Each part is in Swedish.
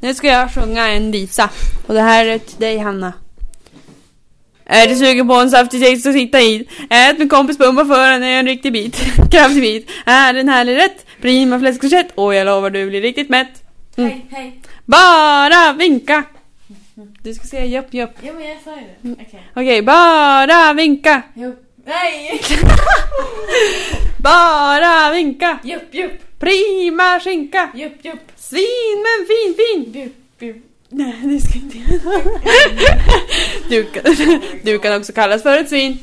Nu ska jag sjunga en visa. Och det här är till dig Hanna. Är du sugen på en saftig text så sikta hit. Ät med kompis pumpa för den är en riktig bit. Kraftig bit. Är den härlig rätt? Prima fläskkorsett. Och jag lovar du blir riktigt mätt. Mm. Hej, hej. Bara vinka. Du ska säga japp japp. Jo men jag sa ju det. Okej. Okej, bara vinka. Jupp. Nej! Bara vinka. Jupp, jupp. Prima skinka. Jupp, jupp. Svin men fin fin. Jupp, jupp. Nej, det ska inte jag. du, kan, du kan också kallas för ett svin.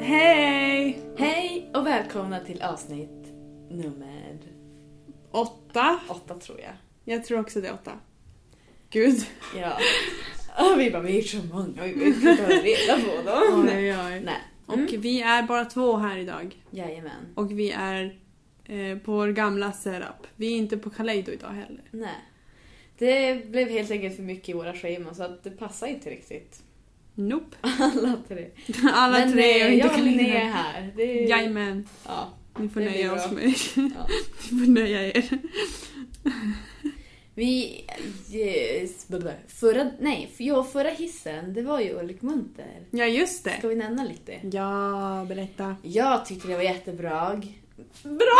Hej! Hej och välkomna till avsnitt nummer Åtta. åtta tror jag. Jag tror också det är åtta. Gud. Ja. Och vi bara, vi är så många, vi kan inte hålla reda på dem. Oj, oj. Nej. Och vi är bara två här idag. Jajamän. Och vi är eh, på vår gamla setup. Vi är inte på Kaleido idag heller. Nej. Det blev helt enkelt för mycket i våra scheman så att det passar inte riktigt. Nope. Alla tre. Alla tre och inte eh, jag och Linnea Kaleido. är här. Det är... Jajamän. Ja. Ni får Det blir nöja oss bra. med Ni Ja. får nöja er. Vi... Yes, blablabla. förra, nej, för ja, förra hissen, det var ju Ulrik Munter. Ja, just det. Ska vi nämna lite? Ja, berätta. Jag tyckte det var jättebra. Bra! Bra!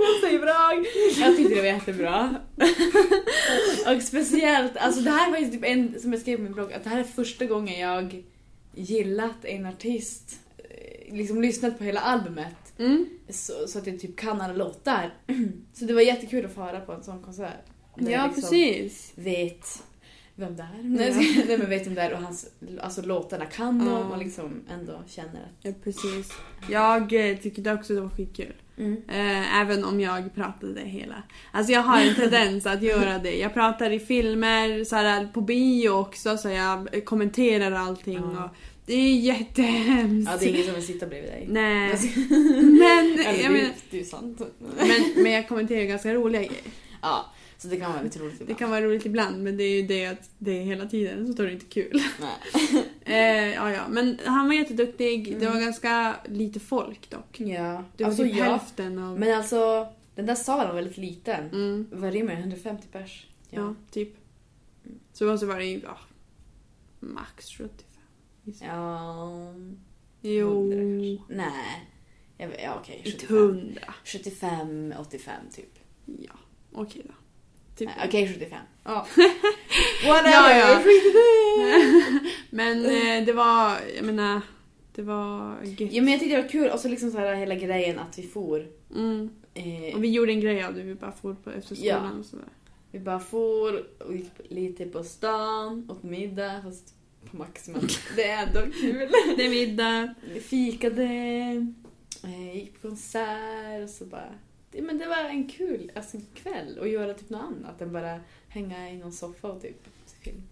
Jag säger bra! Jag tyckte det var jättebra. Och speciellt, alltså det här var ju typ en, som jag skrev på min blogg, att det här är första gången jag gillat en artist, eh, liksom lyssnat på hela albumet, Mm. så, så att jag typ kan alla låtar. Så det var jättekul att få höra på en sån konsert. Där jag Ja, liksom precis. Vet vem det är. Ja. Nej, Nej men vet vem det är och hans, alltså låtarna kan Ja. dem och liksom ändå känner att... Ja, precis. Jag eh, tyckte också det var skitkul. Mm. Eh, även om jag pratade hela. Alltså jag har en tendens att göra det. Jag pratar i filmer, så här, på bio också, så jag kommenterar allting. Ja. Och det är jättehemskt. Ja det är ingen som vill sitta bredvid dig. Nej. Eller, Men, det, jag är ju- menar, det är ju sant. men, men jag kommenterar ganska roliga grejer. Ja, så det kan vara lite roligt Det ibland. kan vara roligt ibland men det är ju det att det är hela tiden så då är det inte kul. Nej. Eh, ja, ja. Men han var jätteduktig. Det var Mm. ganska lite folk dock. Ja. Det var alltså, typ ja. hälften av... Men alltså, den där salen var väldigt liten. Mm, Vad rymmer den? 150 pers? ja. typ. Så och så var det ju ja, max 75. Ja. Jo, 100 kanske. Nej. Jag vet, ja okej. ett 75. hundra. 75, 85 typ. Ja, okej då. Typ. Nej, Eh, Okej 75. Ja. Whatever! Ja, ja. skit i det! men eh, det var, jag menar, det var gött. Ja, men jag tyckte det var kul och så liksom så här hela grejen att vi for. Mm. Eh, Och vi gjorde en grej av det, vi bara for på efter Ja. skolan och sådär. Vi bara for och gick lite på stan, åt middag, fast på Maximum. Det är ändå kul. Det är middag. Vi fikade, eh, gick på konsert och så bara... Det, men det var en kul alltså, kväll att göra typ något annat än bara hänga i någon soffa och typ se film.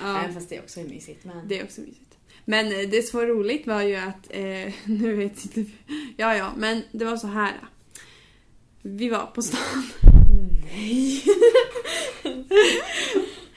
Ja. Även fast det också är mysigt. Men... Det är också mysigt. Men eh, det som var roligt var ju att, eh, nu vet jag inte, ja ja, men det var så här. Vi var på stan. Nej!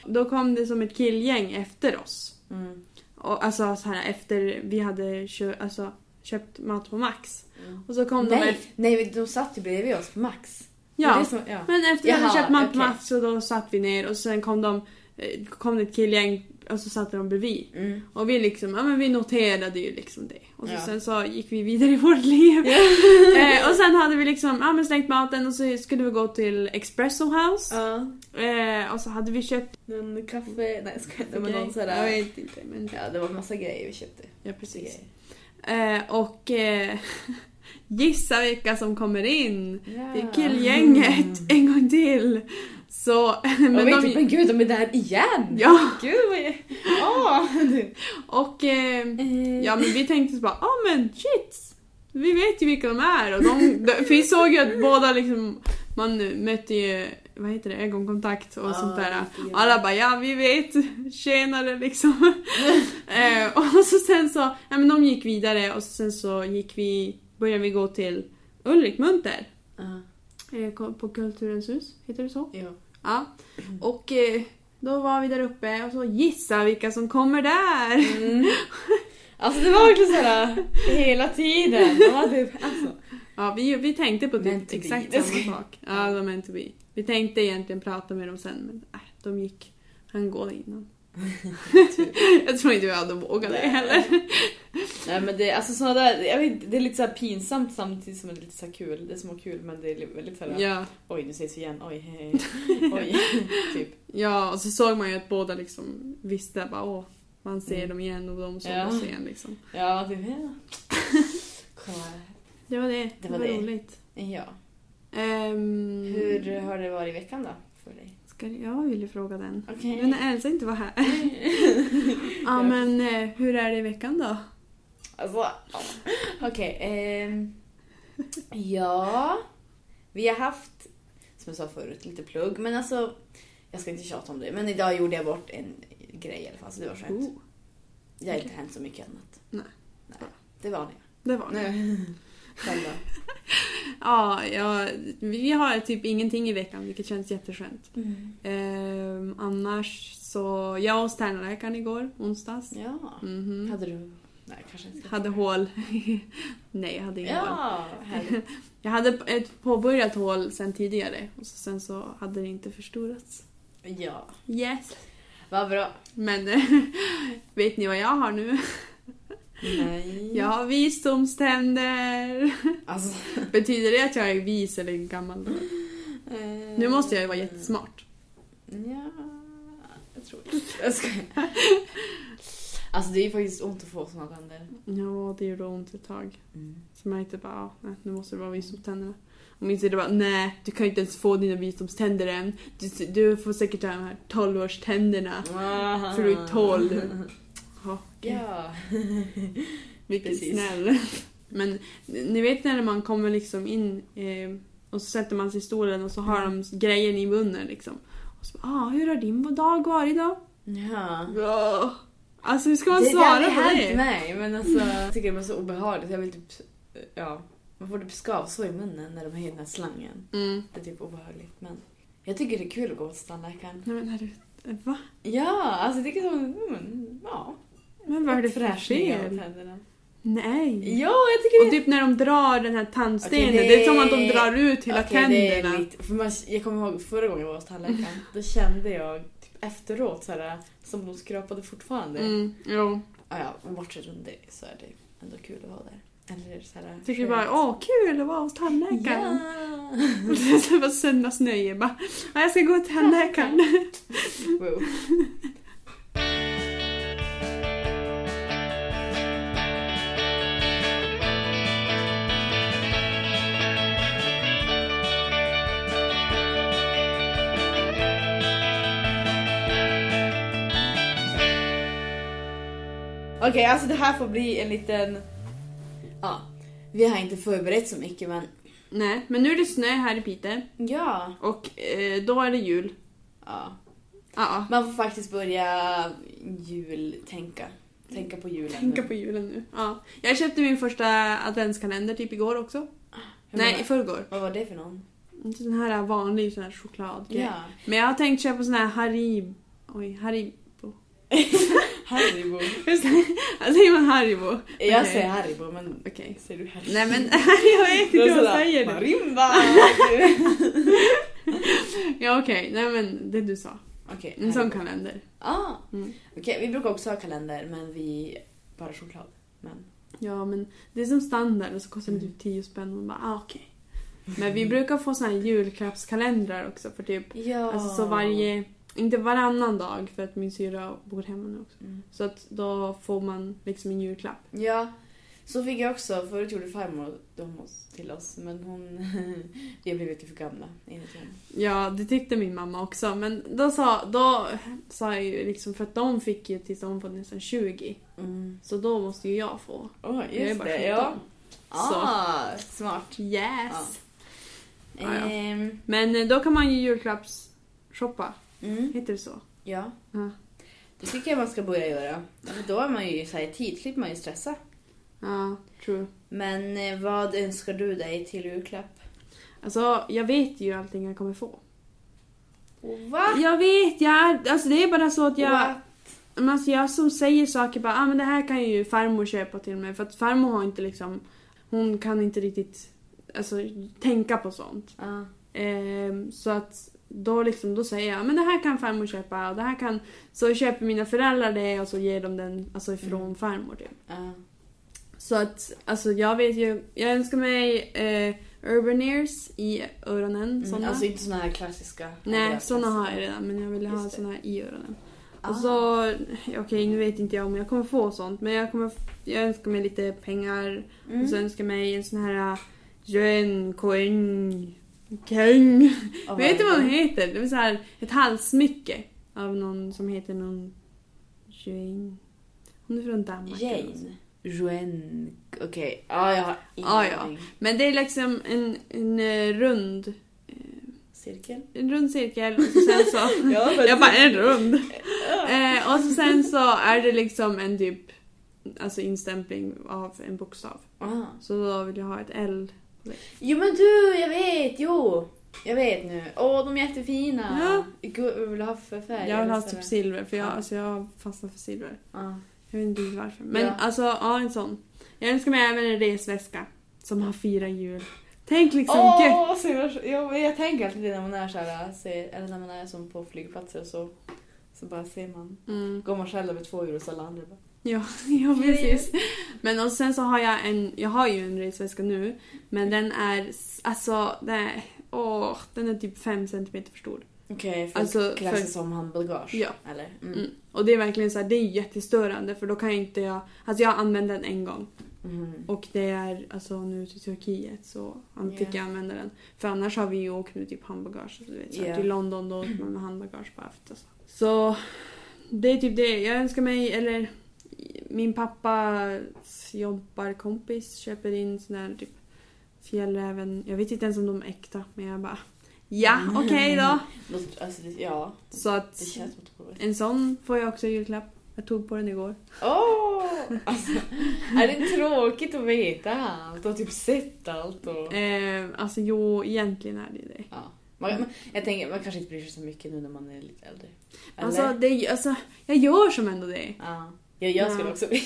Då kom det som ett killgäng efter oss. Mm. Och, alltså så här efter vi hade kö- alltså, köpt mat på Max. Mm. Och så kom de efter, Nej, nej, de satt ju bredvid oss på Max. Det är ja. det som, ja. Men efter vi hade Jaha, köpt mat på okej. Max så då satt vi ner och sen kom de, eh, kom det ett killgäng och så satt de bredvid. Mm. Och vi liksom, ja men vi noterade ju liksom det. Och så, Ja. sen så gick vi vidare i vårt liv. eh, och sen hade vi liksom, ja men slängt maten och så skulle vi gå till Espresso House. Ja. Eh, och så hade vi köpt Någon kaffe... Nej, jag skojar. Det var grej. någon sån Jag här... vet inte men... Ja, det var massa grejer vi köpte. Ja precis. Eh, och eh, gissa vilka som kommer in! Det Ah. är killgänget en gång till! Så... Men, men och vi typ, de, men gud, de är där igen! ja, Gud vad... jag- Ja! du. eh, och... Eh, ja men vi tänkte så bara, ja ah, men shit! Vi vet ju vilka de är och de, de, vi såg ju att båda liksom, man mötte ju, vad heter det, ögonkontakt och Ja, sånt där. lite grann. Alla bara ja vi vet, tjenare liksom. eh, och så sen så, ja men de gick vidare och så sen så gick vi, började vi gå till Ulrik Munter. Ja. eh, ko- På Kulturens hus, heter det så? Ja. Ja. Mm. Och eh, då var vi där uppe och så gissa vilka som kommer där! Mm. Alltså det var verkligen såhär eh, hela tiden. Man var typ, alltså. Ja, vi, vi tänkte på Meant typ to be. exakt Det ska samma jag- sak. Ja, det var meant to be. Vi tänkte egentligen prata med dem sen, men äh, de gick. Han går innan. jag tror inte vi hade vågat det Nej. heller. Nej men det, alltså såna där, jag vet, inte, det är lite såhär pinsamt samtidigt som det är lite såhär kul. Det är små kul men det är väldigt såhär, Ja, oj nu ses vi igen, oj hej, oj. typ. ja, och så såg man ju att båda liksom visste bara åh, man ser Mm. dem igen och de såg Ja. oss igen liksom. Ja, typ. Ja. Kolla. Det var det. Det var det. roligt. Ja. Ehm, Hur har det varit i veckan då? För dig? Ska jag ville fråga den. Okej. Nu när Elsa inte var här. ja, Ja. men eh, hur är det i veckan då? Alltså, ja. okej. ehm, ja, vi har haft, som jag sa förut, lite plugg. Men alltså, jag ska inte tjata om det. Men idag gjorde jag bort en grej i alla fall, så det var skönt. Oh, Det har inte hänt så mycket annat. Nej. Nej, det var ni. det var det. Själv då? Ja, ja, vi har typ ingenting i veckan vilket känns jätteskönt. Mm. Ehm, annars så, jag hos tandläkaren igår, onsdags. Ja. Mhm. Hade du... Nej, kanske inte. Hade hål. Nej, jag hade inga hål. Ja, härligt. Jag hade ett påbörjat hål sen tidigare och så, sen så hade det inte förstorats. Ja, Yes. vad bra. Men vet ni vad jag har nu? Nej. Jag har visdomständer! Alltså, Betyder det att jag är vis eller gammal? då? Nu måste jag ju vara jättesmart. Eh, Ja, jag tror det. Jag skojar. Alltså det är ju faktiskt ont att få såna tänder. Ja, det gjorde ont ett tag. Så märkte jag bara, ja, nej, nu måste det vara visdomständerna. Och min syrra bara, nej du kan ju inte ens få dina visdomständer än. Du, du får säkert de här 12-årständerna. Ah. För du är 12. Ja, Ja. vilken precis. snäll. Men ni vet när man kommer liksom in eh, och så sätter man sig i stolen och så har Mm. de grejen i munnen liksom. Och så, ah, hur har din dag varit då? ja. Ja. Alltså hur ska man det svara där på det? hänt mig men alltså jag tycker det var så obehagligt. Jag vill typ, ja. Man får typ skavsår i munnen när de har i den här slangen. Mm. Det är typ obehagligt men. Jag tycker det är kul att gå till tandläkaren. Nej men herre, va? Ja, alltså jag tycker som, mm, ja. Men vad är det för Fräschning av fel? tänderna. Nej. Ja, jag tycker Och det typ när de drar den här tandstenen, Okej, det- det är som att de drar ut hela Okej, det är tänderna. lite- för man, jag kommer ihåg förra gången jag var hos tandläkaren. Då kände jag typ efteråt så här, som de skrapade fortfarande. Mm, jo. Ah, ja, bortsett från det så är det ändå kul att vara där. Eller så här, Tycker vi bara åh kul att vara hos tandläkaren. Ja! det var söndagsnöje bara. "Ja, Jag ska gå till tandläkaren. Wow. Okej, alltså det här får bli en liten... Ja, vi har inte förberett så mycket men... Nej, men nu är det snö här i Piteå Ja. och eh, då är det jul. ja. Ja, Man får faktiskt börja jultänka. Tänka på julen. tänka på julen nu. Ja. Jag köpte min första adventskalender typ igår också. Hur Nej, i många- förrgår. Vad var det för någon? Inte Sån här vanlig sån här chokladgrej. Ja. Men jag har tänkt köpa sån här Harib... Oj, Haribo. Haribo. Hur säger man Haribo? Jag Okej. säger Haribo, men Okej. säger du Haribo? Nej men jag vet inte vad jag säger nu. Marimba! Ja okej, nej men det du sa. Okej. En sån Haribo. kalender. Ah, Mm. Okej, vi brukar också ha kalender, men vi... Bara choklad. Men... Ja men det är som standard och så kostar det Mm. typ 10 spänn och man bara ah, okej. Men vi brukar få såna här julklappskalendrar också för typ, Ja. alltså så varje, inte varannan dag för att min syra bor hemma nu också. Mm. Så att då får man liksom en julklapp. Ja. Så fick jag också, förut gjorde farmor dem hos- till oss, men hon... vi har blivit för gamla, enligt henne. Ja, det tyckte min mamma också men då sa, då sa jag ju liksom för att de fick ju tills de var nästan 20 Mm. så då måste ju jag få. Åh, Jag är just bara det, 17. ja. Så. Ah, smart. Yes. Ja, ja. Ehm, Men eh, då kan man ju julklappsshoppa. mm, Heter det så? ja. Ja. Det tycker jag man ska börja göra. För då är man ju så här i tid, slipper man ju stressa. Ja, true. Men eh, vad önskar du dig till julklapp? Alltså, jag vet ju allting jag kommer få. Va? Jag vet, jag... Alltså det är bara så att jag... Va? Men alltså jag som säger saker bara, ah men det här kan ju farmor köpa till mig. För att farmor har inte liksom, hon kan inte riktigt alltså, tänka på sånt. Ja. Ehm, så att då liksom, då säger jag, men det här kan farmor köpa och det här kan... Så köper mina föräldrar det och så ger de den alltså ifrån Mm. farmor typ. ja. Så att, alltså jag vet ju, jag önskar mig eh, Urban Ears i öronen. Mm, såna. alltså inte såna här klassiska. Nej, såna har jag det. redan men jag ville ha Just det. såna här i öronen. Ah. Och så, okej nu vet inte jag om jag kommer få sånt men jag, kommer, jag önskar mig lite pengar och så Mm. önskar jag mig en sån här eh, Jön Koen Kung. Oh, vet du vad den heter? Det är så här ett halssmycke av någon som heter någon Jön. Hon är från Oh Danmark. eller något sånt. Jane. Joen. Okej, ja jag har ingen Ah, Ja, ja. aning. Men det är liksom en, en eh, rund eh, Cirkel. en rund cirkel och så sen så... Ja, men- jag bara, en rund! Eh, och så sen så är det liksom en typ alltså instämpling av en bokstav. Ah. Så då vill jag ha ett L. Jo men du, jag vet, jo! Jag vet nu. Åh, de är jättefina! Ja. Gud, vad vill du ha för färg? Jag vill ha Eller så typ här. silver för jag, Ja. alltså, jag fastnar för silver. Ja. Jag vet inte riktigt varför. Men Ja. alltså, ja en sån. Jag önskar mig även en resväska som har fyra hjul. Tänk liksom gött! Åh, vad silver- ja, men jag tänker alltid det när man är så här, ser, eller när man är som på flygplatser och så. Så bara ser man. Mm. Går man själv över två djur och så alla andra bara. Ja, ja precis. Men och sen så har jag en, jag har ju en resväska nu. Men den är, s- alltså, den är, åh, den är typ 5 cm för stor. Okej, för Alltså, alltså, klassas för- som handbagage? Ja. Eller? Mm. Mm. Och det är verkligen så här, det är jättestörande för då kan jag inte jag, alltså jag använde den en gång. Mhm. Och det är alltså nu till Turkiet så an- fick Ja. jag använda den. För annars har vi ju åkt med typ handbagage. Du vet, så här, Ja. Till London då åkte man med handbagage alltså. bara efter. Så. så det är typ det. Jag önskar mig, eller min pappas jobbarkompis köper in sån här typ fjällräven. Jag vet inte ens om de är äkta men jag bara ja okej då. Låt- Alltså, det- ja, Så att det känns som att det borde vara- en sån får jag också i julklapp. Jag tog på den igår. Åh! Alltså, är det tråkigt att veta allt och typ sett allt och... Eh, alltså jo, egentligen är det ju det. Ja. Man, man, jag tänker, man kanske inte bryr sig så mycket nu när man är lite äldre. Eller? Alltså, det, alltså, jag gör som ändå det. ja. Jag, jag skulle Ja. också bli...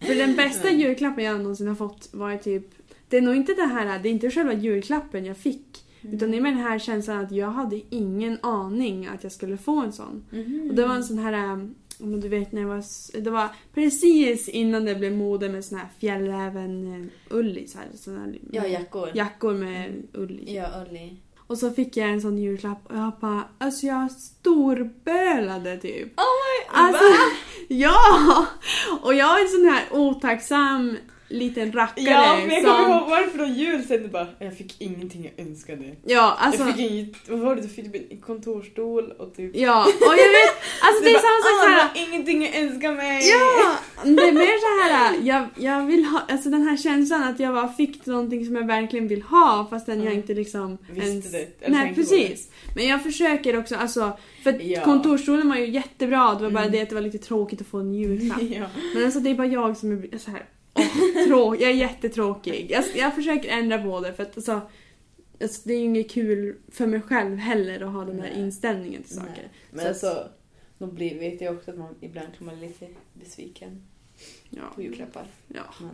För den bästa Mm. julklappen jag någonsin har fått var ju typ... Det är nog inte det här, det är inte själva julklappen jag fick. Utan det är med den här känslan att jag hade ingen aning att jag skulle få en sån. Mhm. Och det var en sån här, ähm, om du vet när jag var, s- det var precis innan det blev mode med sån här fjällräven-ull i. Så här, sån här, Ja, jackor. jackor med ull i. Ja, Olli. Och så fick jag en sån julklapp och jag bara, alltså jag storbölade typ. Oh my... Alltså, Va? ja! Och jag är en sån här otacksam liten rackare Ja, men jag kommer som... ihåg varför då jul sen du bara jag fick ingenting jag önskade. Ja, alltså... jag fick inget, vad var det du fick? typ En kontorsstol och typ... Ja, och jag vet... Alltså det är Du samma sak bara, "Ah, såhär... det var Ingenting jag önskar mig! Ja! Det är mer så här, jag, jag vill ha... Alltså den här känslan att jag bara fick någonting som jag verkligen vill ha fastän jag Mm. inte liksom Visste det, eller Nej, tänkte på det. precis. Men jag försöker också, alltså... För att Ja. kontorsstolen var ju jättebra, det var bara Mm. det att det var lite tråkigt att få en julklapp. ja. Men alltså det är bara jag som är så här. åh, trå- jag är jättetråkig. Jag, jag försöker ändra på det för att alltså, alltså, det är ju inget kul för mig själv heller att ha den där Nej. inställningen till saker. Nej. Men Så- alltså, då blir, vet jag också att man ibland kan man lite besviken Ja. på julklappar. Ja. Men,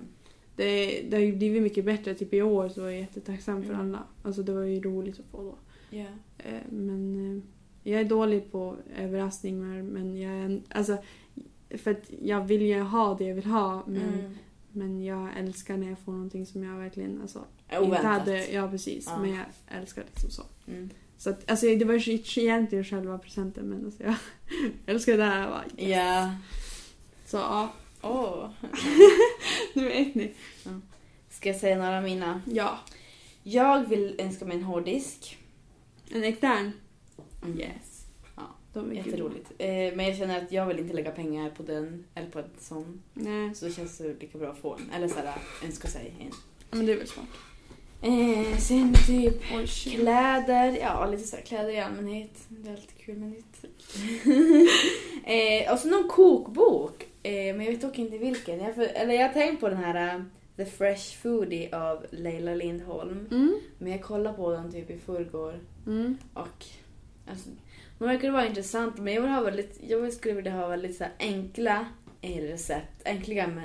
Det, det har ju blivit mycket bättre. Typ i år så var jag jättetacksam för Mm. alla. Alltså det var ju roligt att få då. ja. Eh, Men eh, jag är dålig på överraskningar men jag är en- alltså för att jag vill ju ha det jag vill ha men, Mm. men jag älskar när jag får någonting som jag verkligen alltså, Oväntat. inte hade. Ja precis, Ja. men jag älskar liksom så. Mm. Så att, alltså, det var ju sh- egentligen själva presenten men alltså, jag älskar det här. Jag bara, yes. Ja. Så ja, Åh. nu vet ni. Ska jag säga några av mina? Ja, Jag vill önska mig en hårddisk. en extern. Mm. Yes. Ja, De är kul. Jätteroligt. Eh, men jag känner att jag vill inte lägga pengar på den eller på en sån. Nej. Så det känns det lika bra att få en. Eller såhär, önska sig en. Ja, men det är väl smart. Eh, sen typ Oj, shit. kläder, ja lite så här kläder i allmänhet. Det är alltid kul med nytt. eh, och så någon kokbok. Eh, men jag vet dock inte vilken. Jag, för, eller jag har tänkt på den här eh, The Fresh Foodie av Leila Lindholm. Mm. Men jag kollade på den typ i förrgår Mm. och alltså, hon verkar vara intressant men jag, vill ha väldigt, jag skulle vilja ha väldigt så här enkla eh, recept. Enkliga men,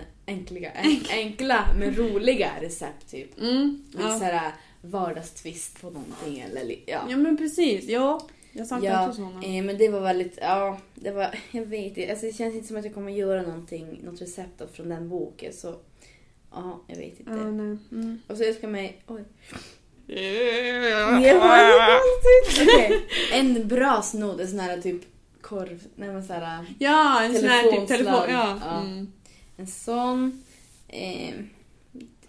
enkliga, en, enkla men roliga recept typ. Mm. Lite Ja. såhär vardagstvist på någonting eller li- ja. ja, men precis. Ja, jag saknar Ja, också såna. Eh, men det var väldigt, ja, det var, jag vet inte, alltså det känns inte som att jag kommer göra någonting, något recept då från den boken så, ja, jag vet inte. Ja, nej. Mm. Och så önskar jag mig, oj. Jag har Ja, alltid- Okej, en bra snodd, en sån här typ korv, nej men eh, såhär, en sån här typ telefon... Telefonslang. Ja. Ja. Mm. en sån. Eh,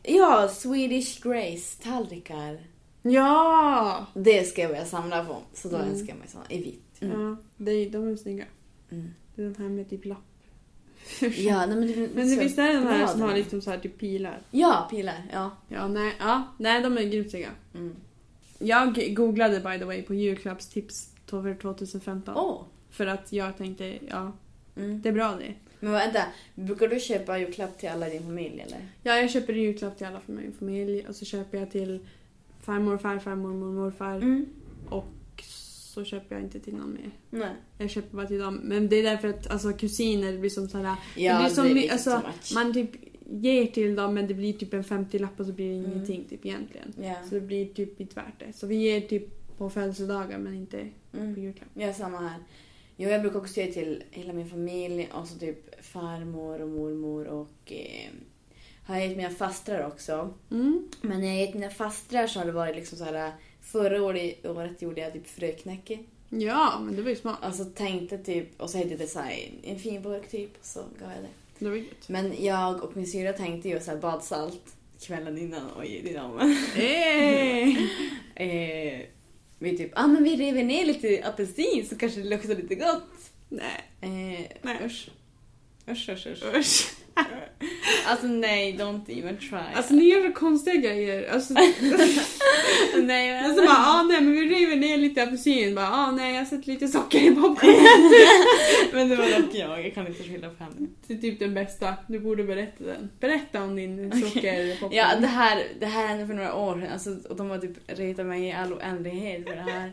ja, Swedish Grace tallrikar. ja. Det ska jag börja samla på. Så då Mm. önskar jag mig såna i vitt. Mm. ja. Det är, de är snygga. Mm. Det är den här med typ lapp. Ja, nej, men det, Men det, så- visst är det den Ja, här som den har är- liksom så här typ pilar? Ja, pilar. Ja. Ja, nej, ja, nej de är grymt snygga. Mm. Jag googlade by the way på julklappstips för 2015. Åh. För att jag tänkte, ja, Mm. det är bra det. Men vänta, brukar du köpa julklapp till alla i din familj eller? Ja, jag köper en julklapp till alla för min familj och så köper jag till farmor, farfar, mormor, morfar. Mm. Och så köper jag inte till någon mer. Nej. Jag köper bara till dem. Men det är därför att alltså, kusiner blir som såhär, Ja, blir så my- lite alltså, too much. man typ ger till dem men det blir typ en 50-lapp och så blir det Mm. ingenting typ egentligen. Ja. Så det blir typ inte värt det. Så vi ger typ på födelsedagar men inte Mm. på julklapp. Ja, samma här. Jo, jag brukar också ge till hela min familj och så typ farmor och mormor och eh, har jag gett mina fastrar också. Mm. Men när jag gett mina fastrar så har det varit liksom så här förra året, året gjorde jag typ fröknäcke. Ja, men det var ju smart. Alltså tänkte typ, och så hette det så här, en fin burk typ, och så gav jag det. Det var ju gött. Men jag och min syra tänkte ju så här badsalt kvällen innan och ge till dem. Hey! eh, vi typ, ah men vi river ner lite apelsin så kanske det luktar lite gott. Nej, Eh, nej usch. Usch, usch, usch. usch. Alltså nej, don't even try. Alltså ni gör så konstiga grejer. Alltså, nej, men alltså bara, ah, nej men vi river ner lite apelsin. Bara, ah, nej jag sätter lite socker i popcornen. men det var dock jag, jag kan inte skylla på henne. Det är typ den bästa. Du borde berätta den. Berätta om din Okej. sockerpopcorn. Ja, det här, det här hände för några år sedan alltså, och de har typ retat mig i all oändlighet för det här.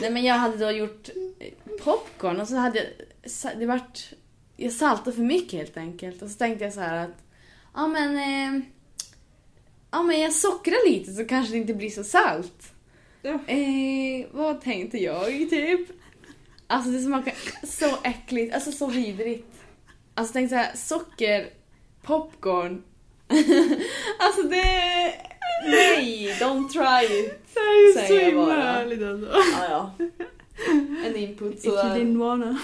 nej men jag hade då gjort eh, popcorn och så hade jag, sa- det vart, jag saltade för mycket helt enkelt och så tänkte jag så här att, ja men, eh, ja men jag sockrar lite så kanske det inte blir så salt. Ja. Eh, vad tänkte jag typ? Alltså det smakar så äckligt, alltså så vidrigt. Alltså tänk såhär, socker, popcorn. alltså det... Nej, don't try it. Det här är så Säger jag himla bara. härligt alltså. Ah, ja. En input If you sådär. didn't wanna.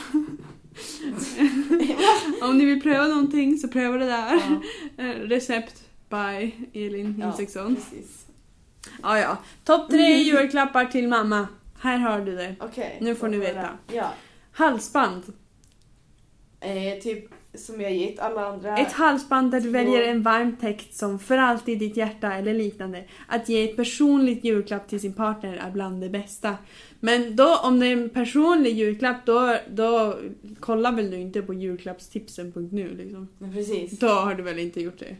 Om ni vill pröva någonting så pröva det där. Ja, Eh, Recept by Elin Ja. Insexson. precis. Ja, ja. Topp tre julklappar till mamma. Här har du det. Okej. Nu får ni då veta. jag- Ja. Halsband. Eh, typ som jag gett alla andra. Ett halsband där du Två. väljer en varm text som för alltid ditt hjärta eller liknande. Att ge ett personligt julklapp till sin partner är bland det bästa. Men då, om det är en personlig julklapp, då, då kollar väl du inte på julklappstipsen.nu liksom? Men precis. Då har du väl inte gjort det.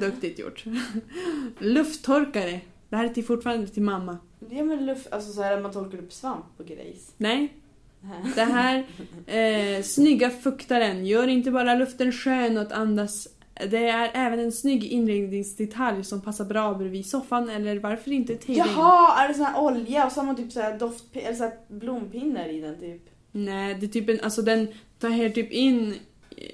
Duktigt gjort. Lufttorkare. Det här är till fortfarande till mamma. Ja men luft, alltså såhär man torkar upp svamp och grejs. Nej, Det här eh, snygga fuktaren gör inte bara luften skön att andas. Det är även en snygg inredningsdetalj som passar bra bredvid soffan eller varför inte tvn? Jaha, är det sån här olja och så har man typ så här doft, eller så här blompinnar i den typ? Nej, det är typ en, alltså den tar här typ in,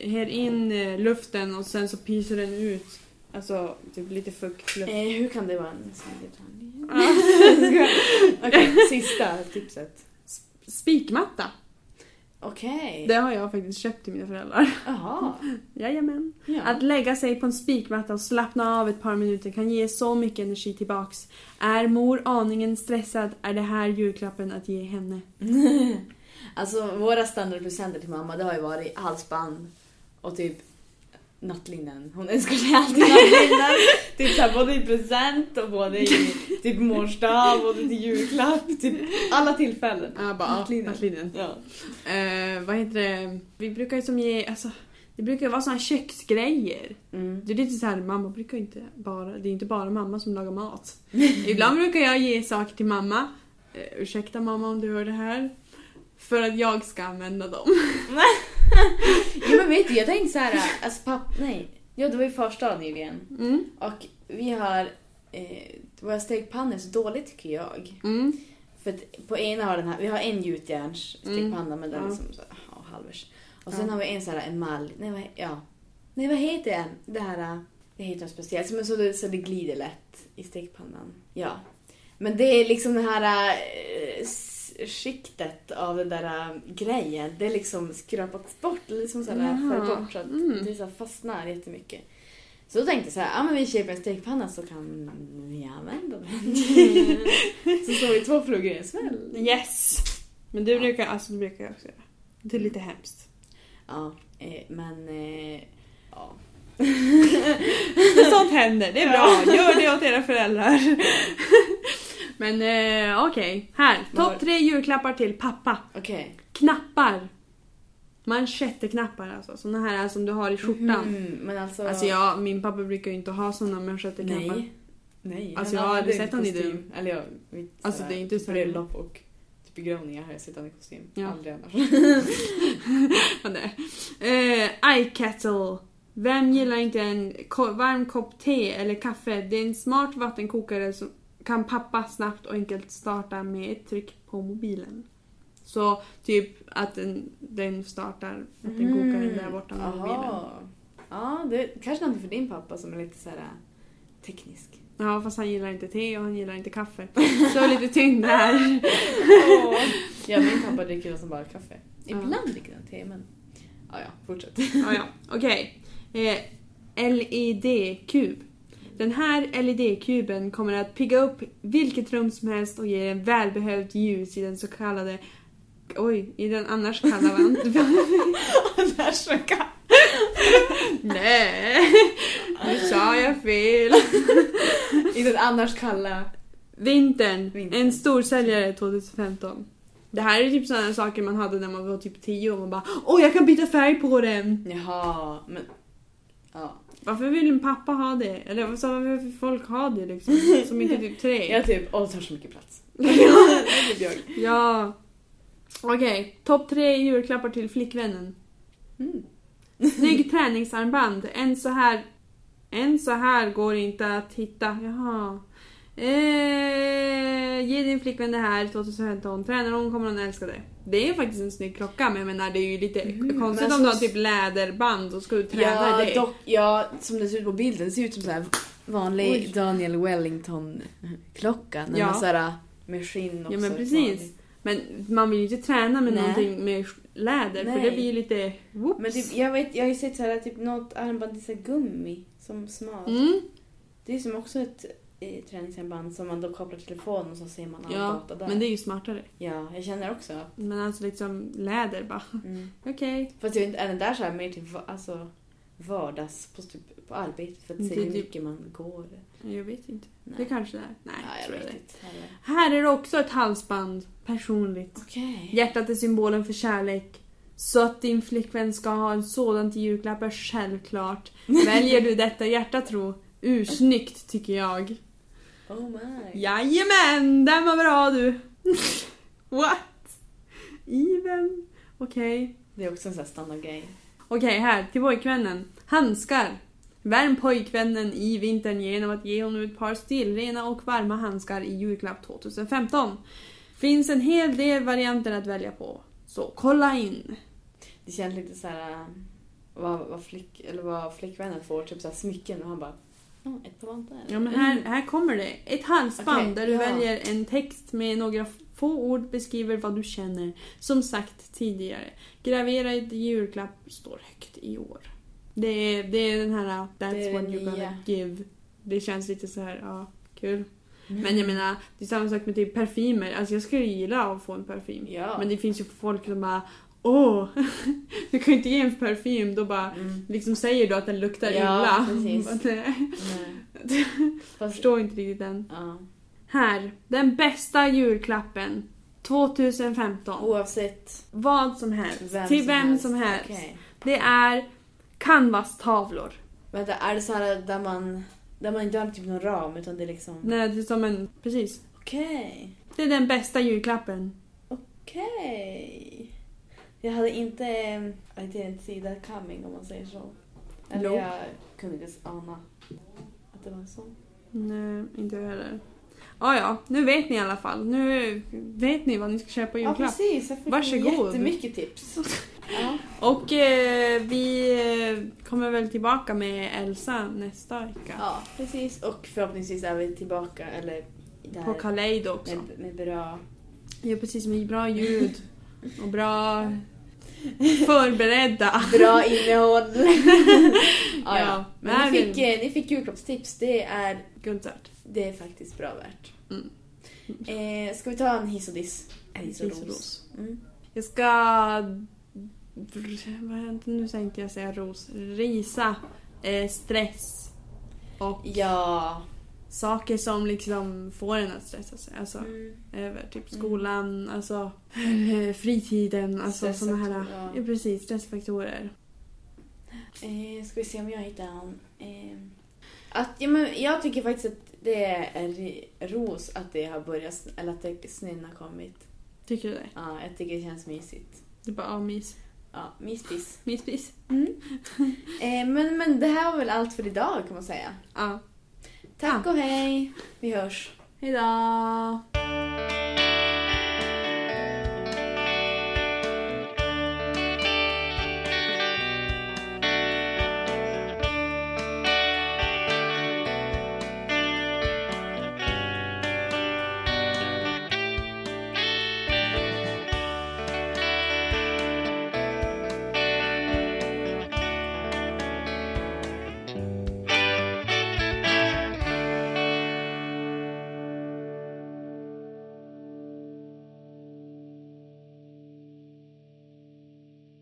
här in eh, luften och sen så pyser den ut. Alltså typ lite fukt. luft. Eh, hur kan det vara en sån detalj? Ja. Okej, sista tipset. Spikmatta. Okej. Det har jag faktiskt köpt till mina föräldrar. Jaha. Jajamän. Ja. Att lägga sig på en spikmatta och slappna av ett par minuter kan ge så mycket energi tillbaks. Är mor aningen stressad är det här julklappen att ge henne. alltså våra standardpresenter till mamma det har ju varit halsband och typ nattlinnen. Hon önskar sig alltid nattlinnen. typ såhär, både i present och både i typ morsdag, både till julklapp. Typ alla tillfällen. Ja, bara ja, Nattlinnen. nattlinnen. Ja. Eh, vad heter det? Vi brukar ju som ge, alltså, det brukar ju vara såna här köksgrejer. Mm. Det är lite så här, mamma brukar ju inte bara, det är inte bara mamma som lagar mat. Ibland brukar jag ge saker till mamma. Eh, ursäkta mamma om du hör det här. För att jag ska använda dem. Jo men vet du, jag tänkte såhär, alltså pappa, nej. Ja det var ju första nyligen. Mm. Och vi har, eh, våra stekpannor är så dåligt tycker jag. Mm. För att på ena har den här, vi har en gjutjärns stekpanna men den är Mm. Ja. som så, ja, halvers. Och sen Ja. har vi en sån här en mall, nej vad, ja. nej vad heter den? Det här, äh, det heter något speciellt men så, det- så det glider lätt i stekpannan. Ja. Men det är liksom det här äh, s- skiktet av den där äh, grejen, det är liksom skrapat bort, eller liksom så här, Jaha. för bort så att Mm. det så här fastnar jättemycket. Så då tänkte jag så här, ja men vi köper en stekpanna så kan vi använda den. Mm. så såg vi två flugor i en smäll. Yes! Mm. Men du brukar, alltså det brukar jag också göra. Det är lite hemskt. Ja, eh, men... Eh, ja. Men sånt händer, det är Ja. bra. Gör det åt era föräldrar. Men eh, okej, här. Topp tre julklappar till pappa. Okej. Knappar. Manschetteknappar alltså. Såna här som du har i skjortan. Mm, men alltså... Alltså jag, min pappa brukar ju inte ha såna manschetteknappar. Nej. Nej. Alltså, han jag har aldrig hade sett han i kostym. den. Eller jag... Mitt, Alltså, sådär det är inte så här- Bröllop och typ begravningar har jag sett han i kostym. Ja. Aldrig annars. Ja, nej. Eh, eye kettle. Vem gillar inte en ko- varm kopp te eller kaffe? Det är en smart vattenkokare som kan pappa snabbt och enkelt starta med ett tryck på mobilen. Så typ att den, den startar vattenkokaren där borta med mobilen. Mm. Aha. Ja, det är kanske något för din pappa som är lite så här eh, teknisk. Ja fast han gillar inte te och han gillar inte kaffe. Så lite tyngd där. ja, min pappa dricker som bara kaffe. Ja. Ibland dricker han te, men... Ja, ja, fortsätt. Ja, ja. Okej. Eh, LED-kub. Den här LED-kuben kommer att pigga upp vilket rum som helst och ger en välbehövt ljus i den så kallade... Oj, i den annars kalla vand... Annars så kan... Nej, nu sa jag fel. I den annars kalla... Vintern, Vintern. en storsäljare 2015. Det här är typ sådana saker man hade när man var typ 10 och man bara Åh, jag kan byta färg på den! Jaha, men... Ja. Varför vill en pappa ha det? Eller varför varför vill folk ha det liksom? Som inte är typ tre. Jag typ, åh det tar så mycket plats. Det är typ jag. Ja. Okej, topp tre julklappar till flickvännen. Mm. Snygg träningsarmband. En så här... En så här går inte att hitta. Jaha. Eh, ge din flickvän det här 2015. Tränar hon kommer hon älska det. Det är faktiskt en snygg klocka men jag menar det är ju lite Mm, konstigt men om du har alltså- typ läderband och ska du träna Ja, det. dock, ja, som det ser ut på bilden, det ser ut som så här vanlig Oj. Daniel Wellington-klocka. när Ja. man så här, äh, med skinn också. Ja, men precis. vanligt. Men man vill ju inte träna med Nej. någonting med läder för Nej. det blir ju lite... Whoops. Men typ, jag, vet, jag har ju sett så här, typ något armband i så här gummi som smalt. mm. Det är som också ett eh, träningsarmband som man då kopplar till telefonen och så ser man all Ja, data där. men det är ju smartare. Ja, jag känner också att... Men alltså liksom läder bara. Mm. Okej. Fast jag vet inte, är den där så här mer till va- alltså, vardags, på, typ, på arbetet för att se Det är hur typ- mycket man går? Jag vet inte. Nej. Det kanske det är. Nej, ja, jag tror jag vet det. inte. heller. Här är det också ett halsband. Personligt. Okej. Hjärtat är symbolen för kärlek. Så att din flickvän ska ha en sådan till julklapp är självklart. Väljer du detta hjärta tro. Ursnyggt tycker jag. Oh my. Jajamän, den var bra du. What? Even. Okej. Det är också en sån här standardgrej. Okej, här till pojkvännen. Handskar. Värm pojkvännen i vintern genom att ge honom ett par stilrena och varma handskar i julklapp 2015. Finns en hel del varianter att välja på. Så kolla in. Det känns lite så här äh, vad, vad, flick, eller vad flickvännen får, typ så här smycken och han bara "Ja, ett par vantar. Ja, men här, här kommer det. Ett halsband Okej, där du ja. väljer en text med några få ord beskriver vad du känner. Som sagt tidigare. Graverad julklapp står högt i år. Det är, det är den här uh, Det That's är what den you're gonna nya. give. Det känns lite så här, ja, kul. Mm. Men jag menar, det är samma sak med typ parfymer. Alltså jag skulle gilla att få en parfym. Ja. Men det finns ju folk som bara åh, du kan ju inte ge en parfym, då bara Mm. liksom säger du att den luktar Ja, illa. Bara, precis. nej. Nej. Jag Fast, förstår inte riktigt den. ja. Här, den bästa julklappen 2015. Oavsett Vad som helst, vem till som vem helst. som helst. Okej. Det är canvas-tavlor. Vänta, är det så här där man, där man inte har typ någon ram utan det är liksom... Nej, det är som en... Precis. Okej. Det är den bästa julklappen. Okej. Jag hade inte... Jag hade inte sida coming om man säger så. Eller No. jag kunde inte ens ana att det var en sån. Nej, inte jag heller. Ah, ja, nu vet ni i alla fall. Nu vet ni vad ni ska köpa i Ja julklapp. precis, jag fick Varsågod. jättemycket tips. ja. Och eh, vi eh, kommer väl tillbaka med Elsa nästa vecka. ja, precis. Och förhoppningsvis är vi tillbaka eller där På Kaleido också. med, med bra... Ja, precis. Med bra ljud. Och bra... Förberedda. Bra innehåll. ja, Ah. Ja, ja. men- Men ni fick, eh, ni fick julklappstips, det är, Guldvärt. det är faktiskt bra värt. Mm. Eh, ska vi ta en hiss och diss? En Hiss hiss och ros. Mm. Jag ska... Vad hände? Nu tänkte jag säga ros. Risa. Eh, stress. Och Ja. saker som liksom får en att stressa sig. Alltså, Mm. över typ Mm. skolan, alltså eh, fritiden, alltså såna här... Stressfaktorer, ja. Ja, precis. Stressfaktorer. Eh, ska vi se om jag hittar någon. Eh, att, ja, men jag tycker faktiskt att det är en ri- ros att det har börjat, sn- eller att det- snön har kommit. Tycker du det? Ja, jag tycker det känns mysigt. Det är bara ah, mys. Ja, myspis. Mys, mys. Eh, men, men det här var väl allt för idag kan man säga. Ja. Tack och hej! Vi hörs. Hejdå!